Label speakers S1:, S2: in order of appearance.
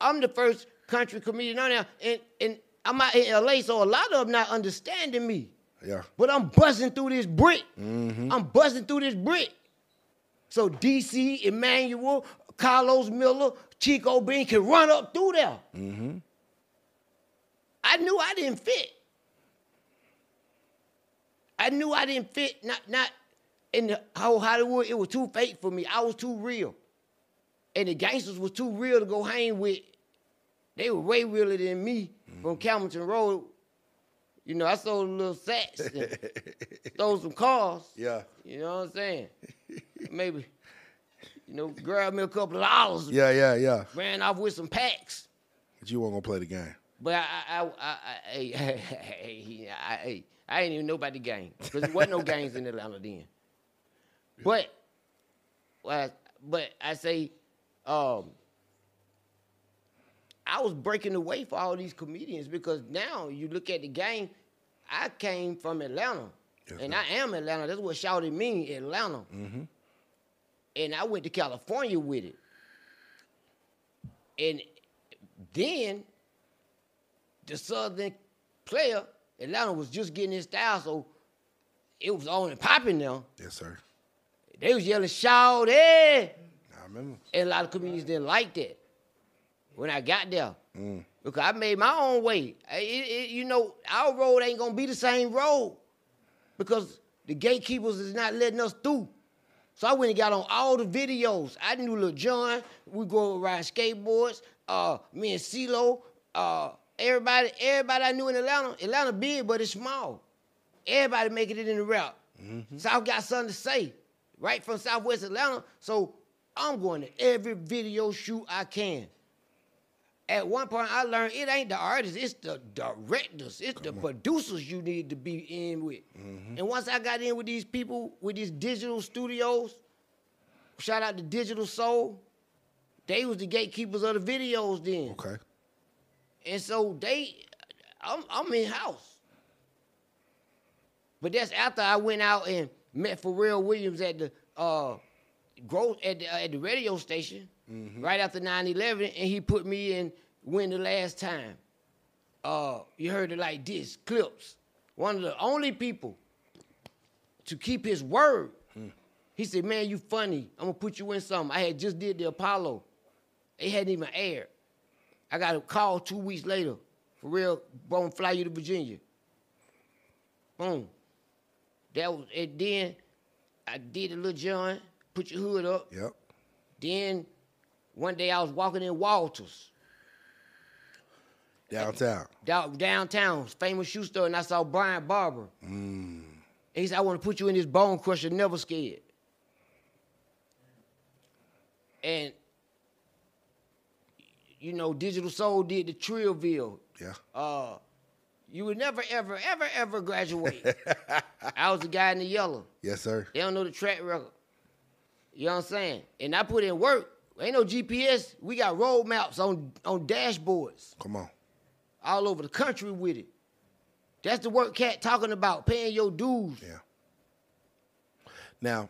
S1: I'm the first country comedian on there, and and I'm out in LA, so a lot of them not understanding me.
S2: Yeah.
S1: But I'm busting through this brick. I'm busting through this brick. So DC, Emmanuel, Carlos Miller, Chico Bean can run up through there. I knew I didn't fit. I knew I didn't fit. Not not in the whole Hollywood. It was too fake for me. I was too real, and the gangsters was too real to go hang with. They were way realer than me
S2: Mm-hmm.
S1: from Calmerton Road. You know, I sold a little sacks and stole some cars.
S2: Yeah.
S1: You know what I'm saying? Maybe, you know, grab me a couple of dollars.
S2: Yeah, yeah, yeah.
S1: Ran off with some packs.
S2: But you weren't gonna play the game.
S1: But I, I, I, I, I, hey, I, hey, I ain't even know about the game because there wasn't no games in Atlanta then. But, well, but I say, um, I was breaking away for all these comedians because now you look at the game. I came from Atlanta,
S2: Yes,
S1: and
S2: sir. Mm-hmm.
S1: I am Atlanta. That's what shouted mean, Atlanta. And I went to California with it, and then the Southern player, Atlanta was just getting his style, so it was on and popping now.
S2: Yes, sir.
S1: They was yelling, shout, hey!
S2: I remember.
S1: And a lot of comedians didn't like that when I got there. Because I made my own way. I- it- it- you know, our road ain't gonna be the same road because the gatekeepers is not letting us through. So I went and got on all the videos. I knew Lil John. We go ride skateboards. Uh, me and CeeLo, uh, everybody, everybody I knew in Atlanta. Atlanta big, but it's small. Everybody making it in the rap. South got something to say, right from Southwest Atlanta. So I'm going to every video shoot I can. At one point, I learned it ain't the artists, it's the directors, it's the producers you need to be in with. And once I got in with these people, with these digital studios, shout out to Digital Soul, they was the gatekeepers of the videos then.
S2: Okay.
S1: And so they, I'm, I'm in house. But that's after I went out and met Pharrell Williams at the uh, grow at the, uh, at the radio station right after 9/11, and he put me in "Win the Last Time." Uh, you heard it like this clips. One of the only people to keep his word. He said, "Man, you funny. I'm gonna put you in something." I had just did the Apollo. It hadn't even aired. I got a call two weeks later. For real, boom, fly you to Virginia. Boom. That was and then I did a little John, put your hood up.
S2: Yep.
S1: Then one day I was walking in Walters,
S2: Downtown.
S1: down, downtown, famous shoe store, and I saw Brian Barber. Mm. He said, I want to put you in this bone crusher, never scared. And you know, Digital Soul did the Trillville.
S2: Yeah.
S1: uh, you would never, ever, ever, ever graduate. I was the guy in the yellow.
S2: Yes, sir.
S1: They don't know the track record. You know what I'm saying? And I put in work. Ain't no GPS. We got road maps on, on dashboards
S2: Come on.
S1: all over the country with it. That's the work cat talking about, paying your dues.
S2: Yeah. Now,